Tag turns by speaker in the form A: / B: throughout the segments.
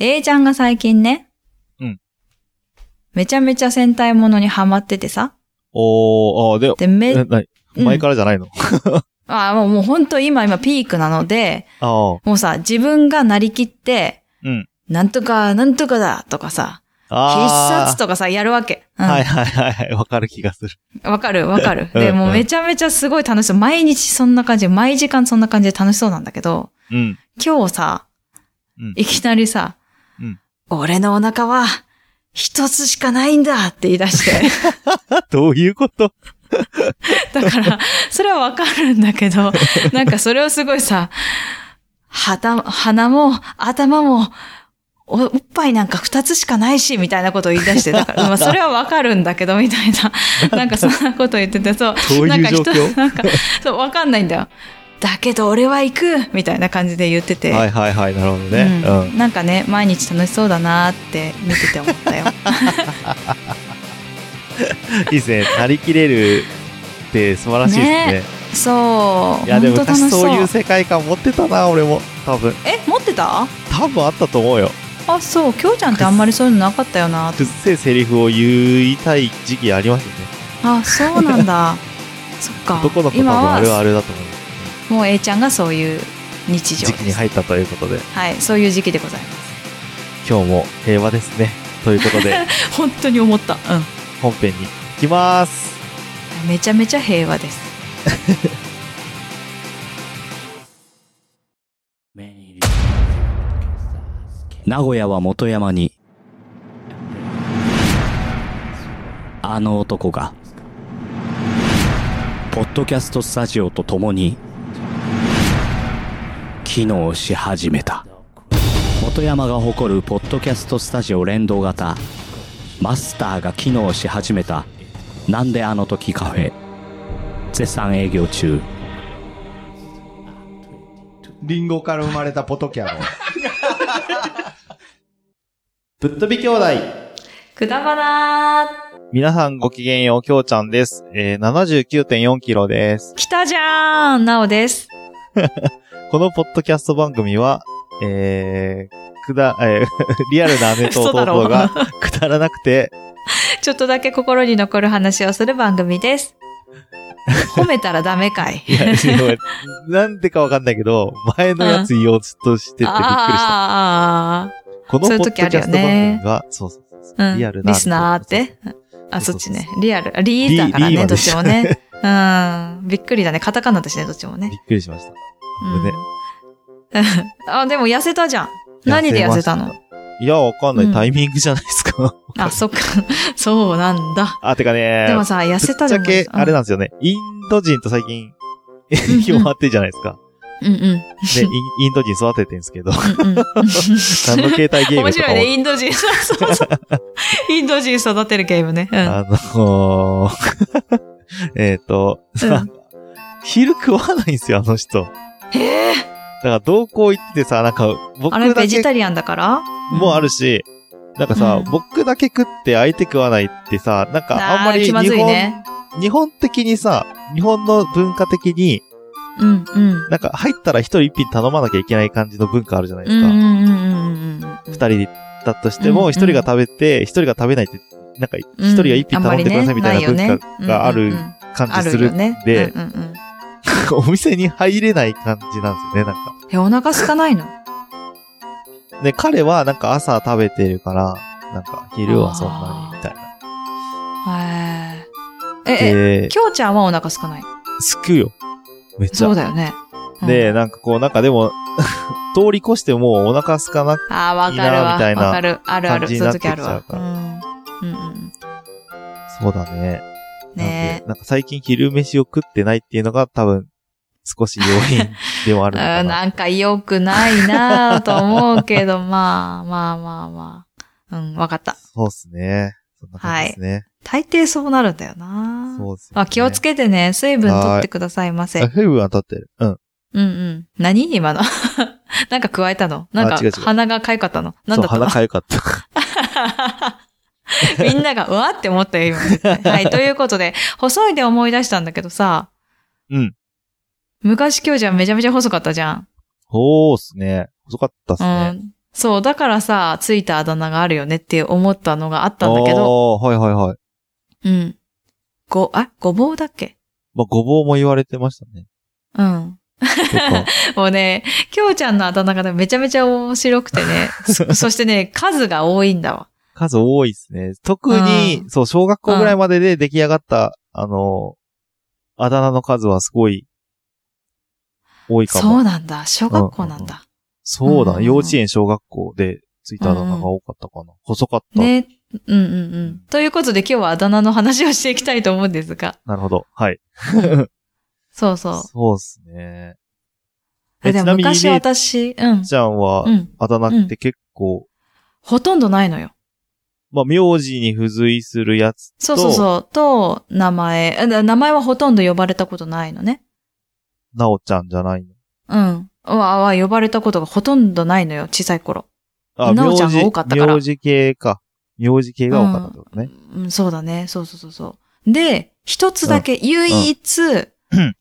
A: A ちゃんが最近ね。
B: うん。
A: めちゃめちゃ戦隊ものにハマっててさ。
B: おー、あー、で、
A: で、め、
B: え、なに
A: うん
B: 前からじゃないの、
A: あもうもう本当今今ピークなので、
B: ああ、
A: もうさ、自分がなりきって、
B: うん。
A: なんとか、なんとかだとかさ、必
B: ああ。
A: 殺とかさ、やるわけ。うん。
B: はいはいはいはい。わかる気がする。
A: わかるわかる。
B: うん
A: で、もううんめちゃめちゃすごい楽しそう。毎日そんな感じ、毎時間そんな感じで楽しそうなんだけど、
B: うん。
A: 今日さ
B: うん、
A: いきなりさ、
B: うん
A: 俺のお腹は、一つしかないんだって言い出して。
B: どういうこと
A: だから、それはわかるんだけ ど、なんかそれをすごいさ、はた、鼻も、頭も、おおっぱいなんか二つしかないし、みたいなことを言い出して、だから、まあそれはわかるんだけど、みたい な、なんかそんなこと言ってて、そう、
B: どういう状況
A: なんか人、なんか、そう、わかんないんだよ。だけど俺は行くみたいな感じで言ってて。
B: はいはいはい。なるほどね。
A: う
B: うんん。
A: なんかね、毎日楽しそうだなーって見てて思った よ。
B: いいですね。なりきれるって素晴らしいですね。
A: そう。
B: いや、でも
A: ほんと楽
B: 私
A: し
B: そういう世界観持ってたな、俺も。多分。
A: え、持ってた
B: 多分あったと思うよ。
A: あ、そう。きょうちゃんってあんまりそういうのなかったよな
B: くっせえセリフを言いたい時期ありますよね。
A: あ、そうなん だ。そっか。
B: 男の子多分
A: 今
B: あるあ
A: は、
B: るだと思う。
A: もう A ちゃんがそういう日常で
B: 時期
A: す。
B: に入ったということで、
A: はい、そういう時期でございま
B: 今日も平和ですね。ということで、
A: す。本当に思った。うん。
B: 本編に行きます。
A: めちゃめちゃ平和です。
C: 名古屋は元山に、あの男が、ポッドキャストスタジオと共に、機能し始めた。元山が誇るポッドキャストスタジオ連動型、マスターが機能し始めた、なんであの時カフェ、絶賛営業中。
D: リンゴから生まれたポトキャロ。
B: ぶっ飛び兄弟。
A: くだばなー
B: 皆さんごきげんよう、きょうちゃんです。えー、79.4キロです。
A: 来たじゃーんなおです。
B: このポッドキャスト番組は、えー、くだ、えー、 リアルな姉と
A: 嘘だろ
B: 弟がくだらなくて、
A: ちょっとだけ心に残る話をする番組 です。褒めたらダメかい。
B: いや、ごめんなんでかわかんないけど、前のやつ言おうとしててびっくりした。
A: あー
B: この
A: そう
B: ポ
A: い
B: ッ
A: う
B: ド
A: 時
B: キャ
A: あ
B: ス
A: る
B: ト
A: よ
B: 番組
A: ね
B: が、そうそうそう
A: あーあーあー。う
B: そう。
A: ん
B: リアルな。
A: リスナーって。あ、そっちね。リアル。あリー
B: リ
A: だから
B: リー
A: ね、
B: ま
A: ど
B: で
A: っちもね。 うん。びっくりだね。カタカナだしね、どっちも
B: そうび
A: ね。
B: っくりしました。
A: うん
B: これね
A: あ、でも痩せたじゃん。何で痩せた
B: 痩
A: の
B: せいや、わかんな
A: うん
B: い。タイミングじゃないですか。
A: あ、そっか。 そうなんだ。
B: あ、てかね。
A: でもさ、痩せたじ
B: ぶ
A: ゃ
B: っ
A: ん。
B: ちゃけ、あれなんですよね。インド人と最 近、営業回ってるじゃないです
A: う
B: か。
A: んうん。うん
B: で、 インインド人育ててるんですけど、
A: うん。
B: 何の携帯ゲー
A: 面
B: ムと
A: 白
B: か
A: い
B: も、
A: ね、インド人。そうそうそうインド人育てるゲームね。うん。
B: あのー えっと、さ、昼食わないんですよ、あの人。だか
A: ええ
B: ら同行行ってさ、なんか、僕
A: あれ
B: だ
A: ベジタ
B: け
A: リアンだから
B: もあるし、なんかさ、
A: うん
B: 僕だけ食って相手食わないってさ、なんかあんまり
A: ー
B: 日
A: 気ま
B: 本、
A: ずいね。
B: 日本的にさ、日本の文化的に、
A: うんうん。
B: なんか入ったら一人一品頼まなきゃいけない感じの文化あるじゃないで
A: うん
B: す
A: う
B: か。
A: んうんうんうん。
B: 二人だとして
A: うんうん
B: も、一人が食べて、一人が食べないって、なんか、一人が一品頼んでくださいみたいな文化がある感じするん
A: ね。
B: で
A: うん、うんうん
B: お店に入れない感じなんですよね、なんか。
A: え、お腹空かないの
B: で、彼はなんか朝食べてるから、なんか昼はそんなにみたいな。
A: へえ。え、え、
B: で、
A: きょうちゃんはお腹空かない。
B: すくよ。めっち
A: そう
B: ゃ。
A: だよね。うん
B: で、、なんかこう、なんかでも、 通り越してもうお腹空かなく、
A: ああ、わか
B: いい
A: る
B: な
A: わ。
B: みたいな
A: わかる。あるある。
B: 感じに
A: そうい
B: な
A: う
B: ってき
A: 時
B: ちゃ
A: あ
B: う
A: る
B: から
A: わ。うん。うんうん。
B: そうだね。なん
A: ね
B: でなんか最近昼飯を食ってないっていうのが多分、少し要 因ではあ
A: え。
B: るのか
A: うん
B: な。
A: なんか良くないなぁと思うけど、 まあ、まあまあまあ。うん、わかった。
B: そうっすね。そんな感じですね。
A: 大抵そうなるんだよな
B: そうですよね
A: あ、気をつけてね。水分取ってくださいませ。
B: あ、フェブは立ってる。うん。
A: うんうん。何今の。 なんか加えたのなんか
B: あ違う違う
A: 鼻がかゆかったのなん
B: そう、
A: だった
B: 鼻
A: の
B: かゆかった。
A: みんながうわって思ったよ、今絶対。はい。ということで、細いで思い出したんだけどさ、
B: うん。
A: 昔今日じゃんめちゃめちゃ細かったじゃん。
B: そうっすね。細かったっす
A: う
B: ね。
A: ん。そう、だからさ、ついたあだ名があるよねって思ったのがあったんだけど、
B: ど。はいはいはい。
A: うん。ご、あ、ごぼうだっけ
B: まあ、ごぼうも言われてましたね。
A: うん。
B: とか
A: もうね、きょうちゃんのあだ名がね、めちゃめちゃ面白くて ね、 そそしてね、数が多いんだわ。
B: 数多いですね。特に、
A: う
B: そう、小学校ぐらいまでで出来上がった、あの、あだ名の数はすごい、多いか
A: そ
B: も。
A: うなんだ。小学校なんだ。
B: そうだ
A: うん
B: ね。幼稚園、小学校でついたあだ名が多かったかな。細かった。
A: ね。うんうんうん。ということで今日はあだ名の話をしていきたいと思うんですが。
B: なるほど。はい。
A: そうそう。
B: そうですね。
A: あ
B: え
A: で
B: ち
A: も
B: なみに、
A: 昔
B: 姉
A: 私、うん。
B: ちゃんは
A: う、ん。
B: あだ名って結構、
A: ほとんどないのよ。
B: まあ、名字に付随するやつ
A: そうそう
B: と、
A: そう。と、名前。あ名前はほとんど呼ばれたことないのね。
B: なおちゃんじゃないの。
A: うん。は、は呼ばれたことがほとんどないのよ、小さい頃。なおちゃんが多かったから
B: 名字系か。名字系が多かったってことね。
A: うん、そうだね。そうそうそうそう。で、一つだけ、唯一、
B: ん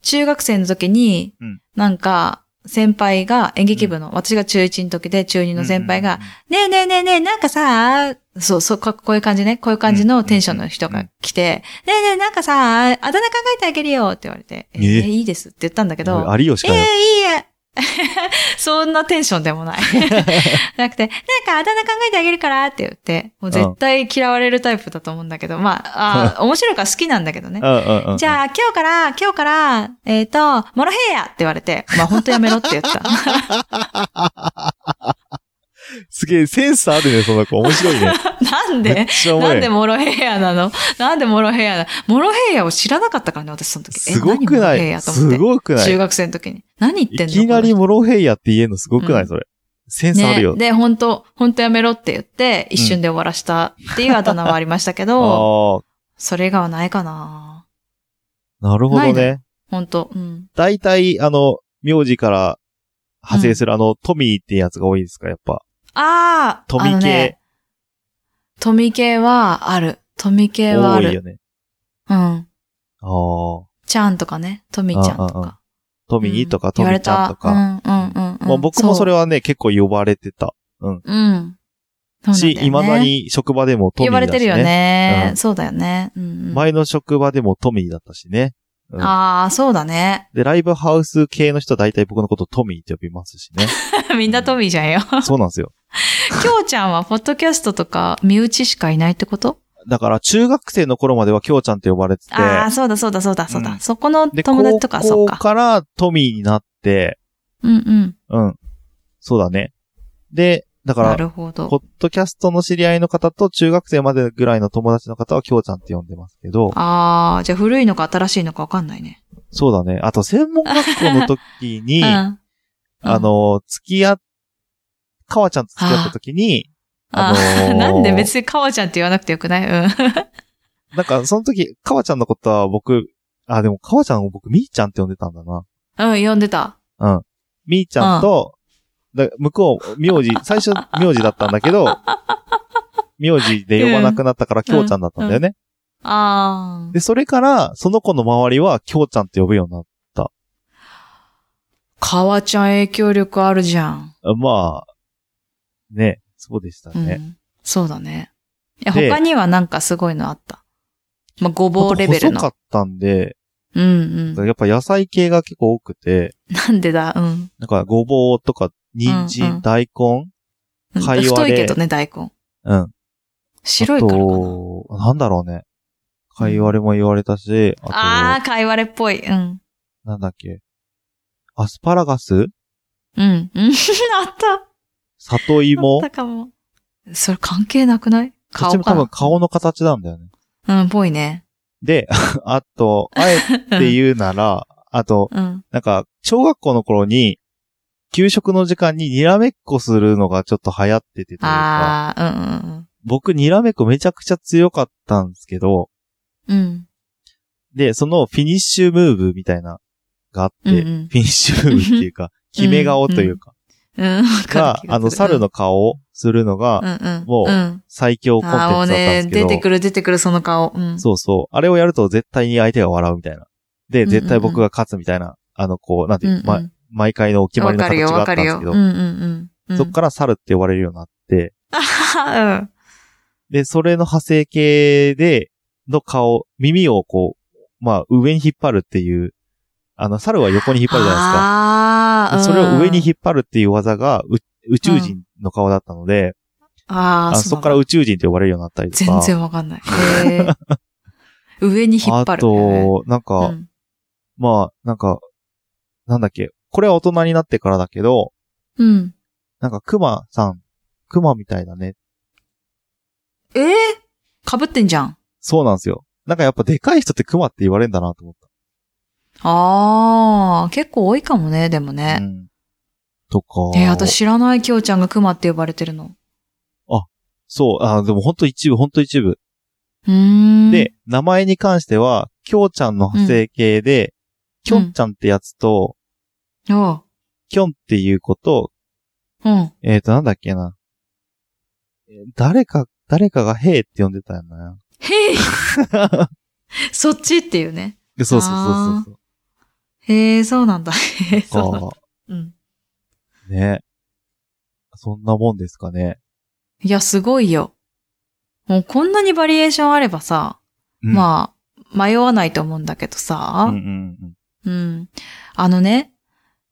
A: 中学生の時に、
B: うん
A: なんか、先輩が、演劇部の、私が中1の時で、中2の先輩が、ねえねえねえねえ、なんかさ、そうそう、ここういう感じね、こういう感じのテンションの人が来て、ねえねえ、なんかさ、あだ名考えてあげるよって言われて、え
B: え
A: えいいですって言ったんだけ
B: うん、
A: ど、
B: おい有吉
A: ええ
B: かよ。
A: いいえ。 そんなテンションでも ない。なくて、なんかあだ名考えてあげるからって言って、もう絶対嫌われるタイプだと思うんだけど、まあ、あー面白いから好きなんだけどね。
B: うんうんうん。
A: じゃあ、今日から、今日から、えっ、と、モロヘイヤって言われて、まあ、本当やめろって言った。
B: すげえ、センスあるね、その子。面白いね。
A: なん
B: め
A: で
B: っちゃお
A: な
B: もろ
A: ん
B: い
A: で。モロヘイヤなのなんでモロヘイヤなのモロヘイヤを知らなかったからね、私その時。え
B: すごく
A: 何モロ
B: な
A: ヘイ
B: い
A: ヤと
B: す
A: 思って。
B: ごくな
A: 中
B: い
A: 学生の時に。何言って
B: い
A: んの
B: き
A: この
B: なり
A: 人
B: モロヘイヤって言えんのすごくない、
A: うん
B: それ。センスあるよ。
A: ね、で、本当本当やめろって言って、一瞬で終わらしたっていうあだ名はありましたけ
B: あ
A: ど、
B: あ、
A: それ以外はないかな
B: なるほ
A: ない
B: ど
A: の
B: ね。
A: 本当うん。
B: 大体、あの、名字から派生する、あの、トミーってやつが多いですか、やっぱ。
A: ああ
B: 富系
A: あのね。富系はある。富系はあ
B: 多い
A: る。
B: よね。
A: うん。
B: ああ。
A: ちゃんとかね。富ちゃんと
B: あああ
A: か。
B: トミーとか、ト
A: 言わ
B: ミ
A: れ
B: ちゃん
A: た
B: とか。
A: うんうんうんうん。
B: まあ僕もそれ
A: は。
B: はね、結構呼ばれてた。
A: うん。そうなんだ
B: し、
A: よね
B: 未だに職場でもトミー
A: 言わ
B: だし、ね。
A: れてるよね。
B: うん
A: そうだよね。うんうん、
B: 前の職場でもトミーだったしね。うん
A: ああ、そうだね。
B: で、ライブハウス系の人は大体僕のことトミーって呼びますし ね。
A: みんなトミーじゃんよ。
B: そうなんですよ。
A: きょうちゃんは、ポッドキャストとか、身内しかいないってこと
B: だから中学生の頃まではきょうちゃんって呼ばれてて、
A: ああ、そうだそうだそうだそうだ。
B: うん
A: そこの
B: で、
A: 友達とか、そ
B: 高
A: う
B: 校
A: か。
B: からトミーになって、
A: うんうん。
B: うん。そうだね。で、だか
A: な
B: ら、
A: るほど
B: ポ。ッドキャストの知り合いの方と中学生までぐらいの友達の方はきょうちゃんって呼んでますけど、
A: ああ、じゃあ古いのか新しいのかわかんないね。
B: そうだね。あと、専門学校の時 に、
A: うん。
B: あ
A: うん、
B: の、付き合っ、かわちゃんと付き合った時に、
A: あー
B: あのー
A: なんで別にかわちゃんって言わなくてよくないうん。
B: なんか、その時、かわちゃんのことは僕、あ、でも、かわちゃんを僕、みーちゃんって呼んでたんだな。
A: うん、呼んでた。
B: うん。みーちゃんと、だ向こう、名字、最初、名字だったんだ けど、名字で呼ばなくなったから、きょうちゃんだったんだよね。
A: ああ。
B: で、それから、その子の周りは、きょうちゃんって呼ぶようになっ
A: かわちゃん影響力あるじゃん。
B: た。まあ、ね、そうでした
A: う
B: ね。
A: ん。そうだね。いや、
B: で
A: 他にはなんかすごいのあった。まあ、ごぼうレベル
B: 細か
A: の。
B: ったんで、
A: うんうん。
B: やっぱ野菜系が結構多くて、
A: なんでだうん。
B: なんかごぼうとか、人参、
A: うんうん
B: 大根、
A: うん
B: 貝割れ
A: 太いけどね、大根。
B: うん。
A: 白いからか
B: あ
A: な。
B: と、なんだろうね。貝割れも言われたし、
A: あ
B: あ
A: あ、貝割れっぽい。うん。
B: と、なんだっけ。アスパラガス
A: うん。うん あった。
B: 里
A: あっ
B: 芋
A: たかも。それ関係なくない
B: こっ
A: 顔
B: ちも
A: か
B: 多
A: な
B: 分顔の形なんだよね。
A: うん、ぽいね。
B: で、 あと、あえて言うなら、 あと、
A: うん。
B: なんか、小学校の頃に、給食の時間ににらめっこするのがちょっと流行っててというか、
A: ああ、うん
B: 僕にらめっこめちゃくちゃ強かったんですけど、
A: うんうん。
B: で、そのフィニッシュムーブみたいな、があって、
A: うんうん
B: フィニッシュムーブってい うか、決め顔というか、
A: うん。うん、わかる気
B: が、
A: がする
B: あの、猿、の顔をするの
A: う
B: が、
A: んうん。
B: もうん最強コンテンツ
A: ああ、
B: だ
A: もう
B: った
A: ん
B: で
A: ね、
B: すけ
A: 出
B: ど、
A: てくる出てくる、その顔。うん。
B: そうそう、あれをやると絶対に相手が笑うみたいな。で、
A: うん
B: 絶対僕が勝つみたいな、あの、こう、なんていう、
A: うんうん
B: ま毎回のお決まりの形があ
A: わ
B: っ
A: か
B: たんで
A: るよ、
B: す
A: わ
B: け
A: か
B: ど、
A: るよ。うんうんうん。うん
B: そっから猿って呼ばれるようになって、
A: ら。 うん。
B: で、それの派生系で、の顔、耳をこう、まあ、上に引っ張るっていう、あの、猿は横に引っ張るじゃない
A: あ
B: で
A: あ、
B: すか。それを上に
A: っ
B: 引っ張るっていう技が、う宇宙人の顔だったので、
A: あ
B: あ
A: あ、
B: のそこから
A: う
B: 宇宙人って呼ばれるようになったりとか。
A: 全然わかんない。へえ。上に引っ張る。
B: あと、なんか、
A: うん
B: まあ、なんか、なんだっけ、これは大人になってからだけど、
A: うん。
B: なんか熊さん、熊みたいだね。
A: えー、かぶってんじゃん。
B: そうなんですよ。なんかやっぱでかい人って熊って言われるんだなと思っ
A: ああ、結構多いかもね、でも
B: た。う
A: ね。
B: ん。とか。
A: えー、私知らない、きょうちゃんがクマって呼ばれてるの。
B: そう、あ、でもほんと一部、ほんと一部。
A: うーん。
B: で、名前に関しては、きょうちゃんの派生形で、きょんちゃんってやつと、
A: おう、
B: きょんっていう子と、
A: うん。
B: えっ、と、なんだっけな。え誰か、誰かがへいって呼んでたよな。
A: へい そっちっていうね。
B: でそうそうそうそう
A: へえ、そうなんだ。へえ、そうなん
B: そ
A: だ。うん。
B: う。か、ね。そんなもんですかね。
A: いや、すごいよ。もうこんなにバリエーションあればさ、
B: うん
A: まあ、迷わないと思うんだけどさ、
B: うんうんうん。
A: うん。あのね、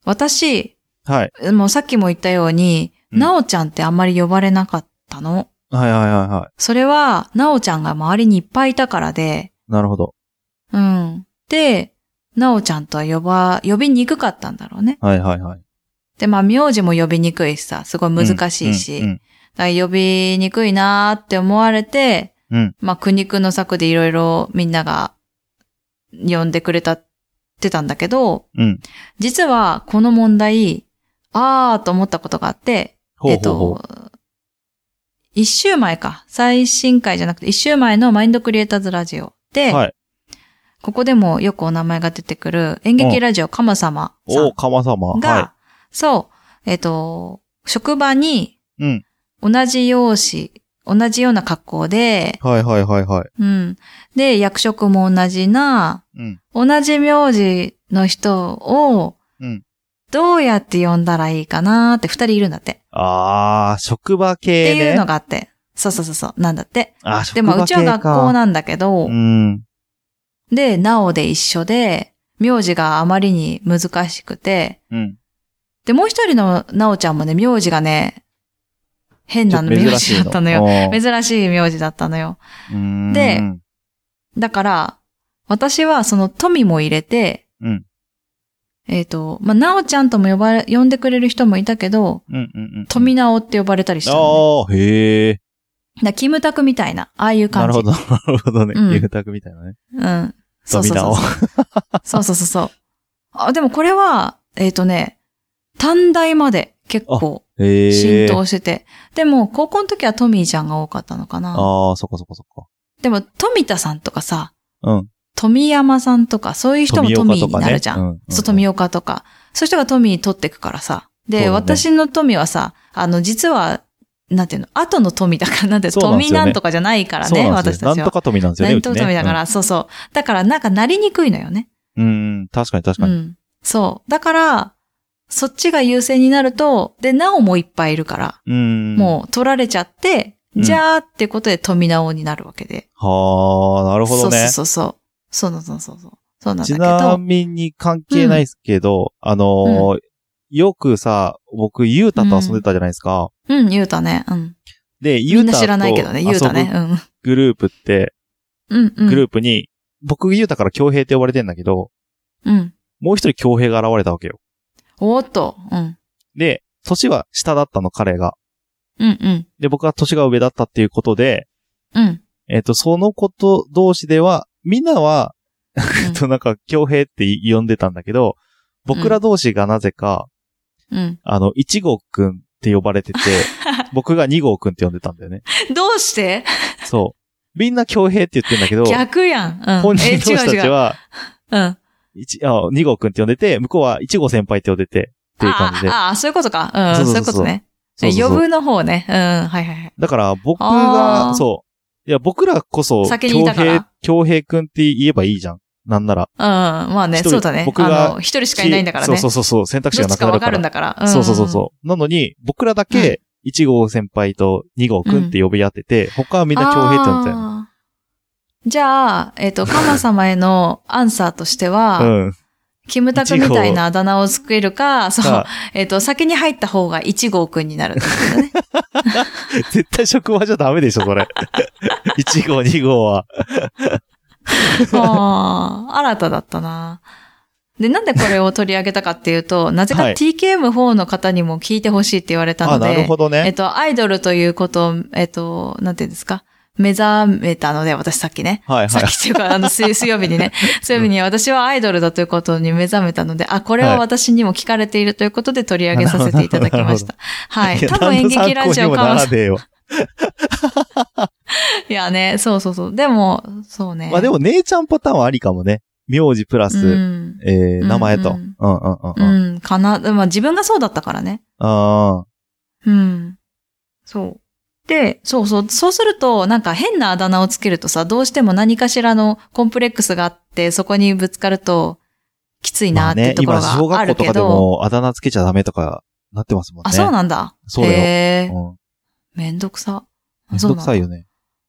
A: 私、
B: はい。
A: もうさっきも言ったように、
B: うん
A: なおちゃんってあんまり呼ばれなかったの。
B: はいはいはいは
A: それは、なおちゃんが周りにいっぱいいたからで、
B: い。なるほど。
A: うん。で、なおちゃんとは呼ば、呼びにくかったんだろうね。
B: はいはいはい。
A: で、まあ、名字も呼びにくいしさ、すごい難しいし、
B: うんうん
A: だから呼びにくいなーって思われて、
B: うん
A: まあ、苦肉の策でいろいろみんなが呼んでくれたってたんだけど、
B: うん。うん
A: 実はこの問題、あーと思ったことがあって、
B: ほうほうほう。
A: えっと、一週前か。最新回じゃなくて、一週前のマインドクリエイターズラジオで、
B: はい
A: ここでもよくお名前が出てくる演劇ラジオカム様さん
B: おう、かまさま。
A: が、
B: は
A: そう、えっ、と、職場に
B: い。うん。
A: 同じ容姿、同じような格好で、
B: はいはいはいはい。
A: うん。で、役職も同じな、
B: うん。
A: 同じ名字の人を、
B: うん
A: どうやって呼んだらいいかなーって二人いるんだって。
B: あー、職場
A: っ
B: 系
A: て
B: ね。
A: いうのがあって。そうそうそうそう。なんだって。
B: あー、職
A: で、
B: 場
A: ま
B: 系か。
A: あ、うちは学校なんだけど、
B: うん。
A: で、なおで一緒で、名字があまりに難しくて、
B: うん。
A: で、もう一人のなおちゃんもね、名字がね、変
B: ち
A: な
B: ょっと
A: 名字だったのよ。
B: 珍しい
A: 珍しい名字だったのよ。
B: のうん
A: で
B: うん
A: だから、私はその富も入れて、
B: うん
A: えっ、と、まあ、なおちゃんとも呼ばれ、呼んでくれる人もいたけど、
B: うんうんうん。
A: 富なおって呼ばれたりしたの、ね。
B: あー、へえ。
A: だからキムタクみたいな、ああいう
B: な
A: 感
B: る
A: じ
B: ほ。ど、なるほどね
A: うん。
B: ゆうたくみたいなね。
A: うん。そう
B: 富
A: そう
B: 田
A: そう
B: を。
A: そうそうそうそう。あ、でもこれは、えっ、とね、短大まで結構
B: へえ。
A: 浸透してて。でも、高校の時はトミーちゃんが多かったのかな。
B: あー、そっかそっかそっ
A: でも、富田さんとかさ、
B: か。うん。
A: 富山さんとか、そういう人もトミーになるじゃん。
B: 富岡とかねう
A: そう、富岡とか。そういう人がトミー取ってくからさ。で、
B: そうだね
A: 私の富はさ、あの、実は、なんていうの、後の富だから、なんていうの
B: そうなん
A: 富
B: ですよね
A: なんとかじゃないから
B: そう
A: ね、
B: なんで
A: 私
B: すよ
A: たち
B: なんと
A: は。
B: か富なんですよね、
A: なんとか富だか
B: う
A: ら、そうそう。だから、なんかなりにくいのよね。
B: ちね。うんうん、確かに確か
A: う
B: に。
A: ん。そう。だから、そっちが優勢になると、で、なおもいっぱいいるから、
B: うん。
A: もう取られちゃって、
B: うん
A: じゃあってことで富直になるわけで。
B: はあ、なるほどね。
A: そうそうそうそう。そうそうそうそう。そうなんだ
B: ち
A: け
B: な
A: ど。
B: みに関係ないですけど、あのーよくさ、僕、ゆうたと遊んでたじゃないですか。
A: うん、言うたね。うん。
B: で、ゆ
A: み
B: うんた
A: な
B: と
A: 知らないけどね、言うたね。
B: 遊
A: うん。
B: ぶグループって、
A: うん、うん。
B: グループに、僕、ゆうたから京平って呼ばれてんだけど、
A: うん。
B: もう一人京平が現れたわけよ。
A: おーっと。うん。
B: で、年は下だったの、彼が。
A: うん、うん。
B: で、僕は年が上だったっていうことで、
A: うん。
B: えっ、と、そのこと同士では、みんなは、えっと、なんか、京平って呼んでたんだけど、僕ら同士がなぜか、
A: うん。
B: あの、1号くんって呼 ばれてて、僕が2号くんって呼んでたんだよね。
A: どうして
B: そう。みんな京平って言ってんだけど、
A: 逆やん。うん。
B: 本人
A: え
B: 同士たち
A: 違う違う。
B: は、
A: うん。っ
B: 一あ2号くんって呼んでて、向こうは1号先輩って呼んでて、っていう感じで。
A: ああ、そういうことか。うん。そ
B: そううそ
A: い
B: うそうう
A: こ
B: そう
A: とね。
B: そうそうそう
A: 呼ぶの方ね。うん。はいはいはい。
B: だから僕
A: あー
B: が、そう。いや、僕らこそ、
A: 先にい
B: 京
A: たから
B: 平、京平くんって言えばいいじゃん。なんなら。
A: うん。まあね、
B: 一人
A: そうだね。
B: 僕が
A: あの、一人しかいないんだからね。
B: そうそうそうそう、選択肢
A: ど
B: が
A: っ
B: な
A: ち
B: くな
A: か
B: る
A: わ
B: か
A: からるん。だから。
B: そうそうそうそう。なのに、僕らだけ、1号先輩と2号くんって呼び合ってて、他はみんな京平ちゃんみたいな。
A: な。じゃあ、えっ、 と、カマ様へのアンサーとしては、
B: うん。
A: キムタクみたいなあだ名を作れるか、そう
B: が、
A: えっ、と、先に入った方が1号くんになる。
B: 絶対職場じゃダメでしょ、それ。1号、2号は。
A: ああ、新ただったな。で、なんでこれを取り上げたかっていうと、なぜか
B: はい
A: TKM4 の方にも聞いてほしいって言われた
B: あ、
A: ので、
B: なるほど
A: えっ
B: ね。
A: と、アイドルということを、えっと、なんていうんですか、目覚めたので、私さっきね。
B: はい
A: さ
B: はい
A: っ。きっていうか、あの、 水水曜日にね、水曜日に私はアイドルだということに目覚めたので、あ、これは私にも聞かれているということで取り上げさせていただきま した。はい。
B: いや
A: 多分演劇ラジオか
B: 何の参考にもな
A: も
B: ら
A: しれない。
B: ねえよ。
A: いやね、そうそうそう。でも、そうね。
B: まあでも、姉ちゃんパターンはありかもね。名字プラ
A: う
B: ス、
A: ん、
B: えー名前と。う
A: うんん
B: うんうん
A: う
B: うん。
A: ん、かな。まあ自分がそうだったからね。
B: あ
A: うん。そう。で、そうそう、そうすると、なんか変なあだ名をつけるとさ、どうしても何かしらのコンプレックスがあって、そこにぶつかると、きつい
B: ー
A: な
B: ま
A: っ
B: あ
A: て
B: ね、
A: ところ
B: 今、小
A: があ
B: 学
A: る
B: 校と
A: け
B: かで
A: ど。
B: も、あだ名つけちゃダメとか、なってますもんね。
A: あ、そう
B: の
A: なんだ。
B: そうだよ
A: へー
B: うん。
A: めんどくさ。
B: めん
A: そう
B: ど
A: なん
B: く
A: だ
B: さい よね。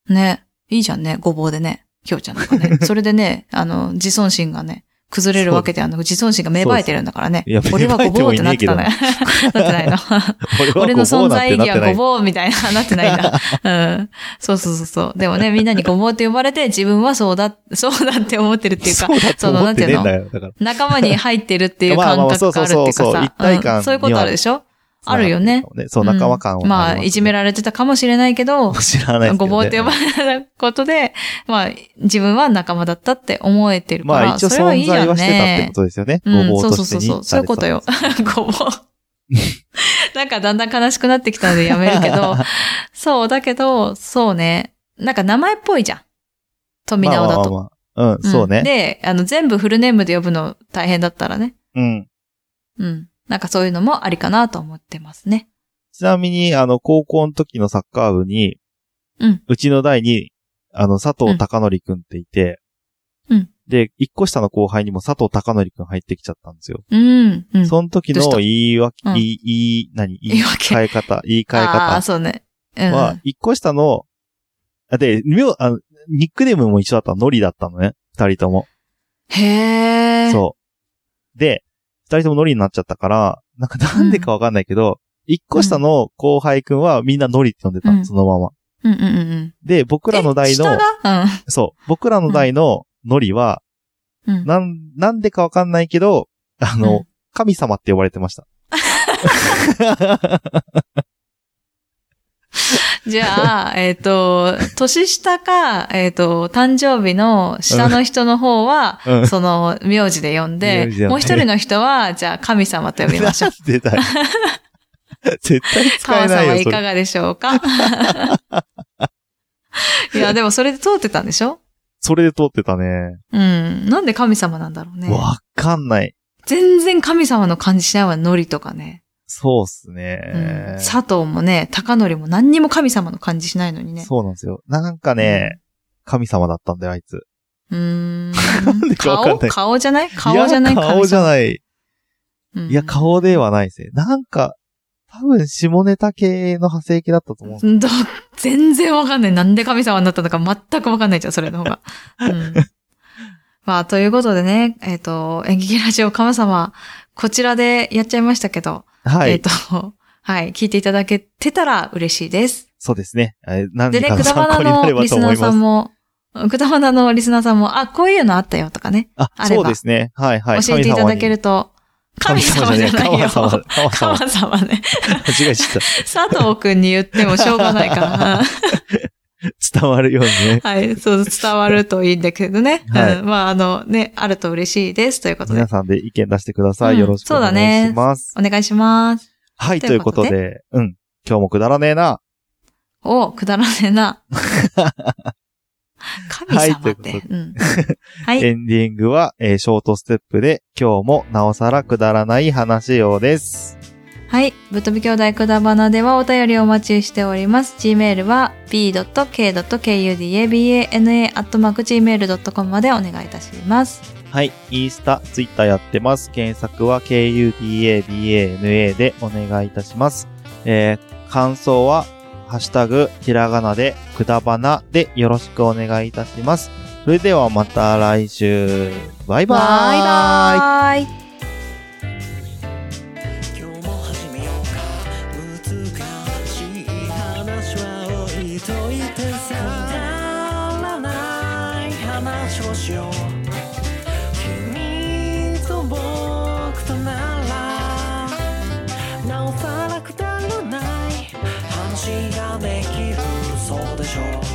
A: ね。いいじゃんね、ごぼうでね。きょうちゃんとか ね。それでね、あの、自尊心がね、崩れるわけではなく、自尊心が芽生えてるんだからね
B: そうです。いや
A: 俺はごぼうってなってたね。 な ってないの。 俺の存在意義はご
B: う。
A: ぼうみたいな、なってないんだ。 うん。そうそうそうそう。でもね、みんなにごぼうって呼ばれて、自分はそうだ、 そうだって思ってるっていうか
B: そう、だと
A: の、
B: 思
A: な
B: っ
A: んて
B: て
A: いう
B: ねえ
A: ん
B: だ
A: の
B: よ。だから。
A: 仲間に入ってるっていう
B: まあま
A: 感
B: あまあ
A: 覚があるっていう
B: そ
A: か
B: うそうそうそう
A: さ、
B: 一体感
A: うんそういうことあるでしょあるよね。
B: そう、仲間感は
A: うんまあ、いじめ
B: ら
A: られてたかもしれないけど、
B: 知らないですけどね。
A: ごぼうって呼ばれたことで、まあ、自分は仲間だったって思えてるか
B: まあ
A: ら、
B: 一応
A: それはいい
B: 存
A: じゃ
B: 在
A: ん
B: はしてたってこ
A: ね。
B: とですよね。ご
A: うん、
B: ぼう
A: そう
B: と
A: そう
B: して
A: そうそ
B: 認
A: う、
B: さ
A: そう
B: れ
A: いう
B: てた
A: こ
B: ん
A: と
B: です
A: よ。ごぼう。なんかだんだん悲しくなってきたのでやめるけ ど、そう、だけど、そうね。なんか名前っぽいじゃん。富
B: ま
A: 直
B: あま
A: だ
B: あ
A: と。
B: まあうん、そう
A: うん
B: ね。
A: で、あの、全部フルネームで呼ぶの大変だったらね。
B: うん。
A: うん。なんかそういうのもありかなと思ってますね。
B: ちなみに、あの、高校の時のサッカー部に、
A: うん
B: ちの代に、あの、佐藤隆則くんっていて、
A: うん
B: で、一個下の後輩にも佐藤隆則くん入ってきちゃったんですよ。
A: うん。うん。
B: その時
A: どうし
B: の
A: た
B: 言い訳、
A: うん
B: 言い、言い、何言
A: 言
B: い
A: い訳
B: 換え方、言い換え
A: ああー、
B: 方
A: そうね。うん。
B: は、一個下の、あで、妙あの、ニックネームも一緒だったの、ノリだったのね。二人とも。
A: へえ。
B: そう。で、二人ともノリになっちゃったから、なんかなんでかわかんないけど、一、個下の後輩くんはみんなノリって呼んでたの、
A: うん
B: そのまま。
A: うんうんうんうん。
B: で、僕らの代
A: え
B: の
A: 下、が
B: そう、僕らの代のノリは、
A: うん。うん。
B: なん、なんでかわかんないけど、あの、
A: うん
B: 神様って呼ばれて ました。
A: じゃあ、えっ、と、年下か、えっ、と、誕生日の下の人の方は、
B: うん
A: その、名字で呼ん
B: 名
A: で
B: 字で呼
A: もう
B: んで、
A: 一人の人は、じゃあ、神様と呼びましょう。
B: 出たい。絶対使
A: 川
B: えな
A: 様
B: いよ、
A: い
B: そ
A: か
B: れ。
A: がでしょうか いや、でもそれで通ってたんでしょ
B: それで通ってたね。
A: うん。なんで神様なんだろうね。
B: わかんない。
A: 全然神様の感じしないわ、ノリとかね。
B: そうっす
A: うん
B: ね。
A: 佐藤もね、高則も何にも神様の感じしないのにね。
B: そうなんですよ。なんかね、神様だったんだよ、あいつ。
A: うーん。
B: でかわかん
A: 顔
B: ない
A: 顔じゃない顔じゃない
B: や顔じゃない。
A: 神様
B: いや、顔ではないですね。なんか、多分、下ネタ系の派生系だったと思う。
A: ど、全然わかんない。なんで神様になったのか全くわかんないじゃん、それの方が。うん。まあ、ということでね、えっ、と、演劇ラジオ神様、こちらでやっちゃいましたけど、
B: は
A: えっ、
B: い。
A: と、はい、聞いていただけてたら嬉しいです。
B: そうですね。えー何
A: でね、
B: か
A: く
B: の
A: だば
B: 参考にな
A: な
B: れ
A: の
B: ば
A: リ
B: と
A: ス
B: 思
A: ナー
B: い
A: さ
B: ま
A: ん
B: す。
A: も、くだばなのリスナーさんも、あ、こういうのあったよとかね、
B: あ、
A: あれば
B: そうですね。はいはい。
A: 教えていただける
B: と。
A: と、神様じゃないよ。
B: 神様ね。神様。神様。
A: 神様ね。
B: 間違えちゃっ
A: 佐藤くんに言ってもしょうがないから。
B: た。伝わるようにね。
A: はい、そう、伝わるといいんだけどね。
B: はい
A: うん。まあ、あの、ね、あると嬉しいです。ということで
B: 皆。さんで意見出してください。
A: うん
B: よろしくお願いします。
A: お願いします。
B: はい、と
A: とい
B: い
A: うう
B: こ
A: こととで
B: で、うん。今日もくだらねえな。
A: おくだらねえ な。神
B: はいと
A: 様
B: い
A: っ
B: うこと
A: て。
B: で
A: うん。はい。
B: エンディングは、えーショートステップで、今日もなおさらくだらない話ようです。
A: はい。ぶっ飛び兄弟くだばなではお便りをお待ちしております。Gmail は b.k.kudabana.gmail.com までお願いいたします。
B: はい。インスタ、ツイッターやってます。検索は KUDABANA でお願いいたします。えー、感想は、ハッシュタグ、ひらがなで、くだばなでよろしくお願いいたします。それではまた来週。バイバーイ。
A: バイバーイ
E: 今日も始めようか難しい話は置いといてさくだらない話をしよう君と僕とならなおさらくだらない話ができるそうでしょう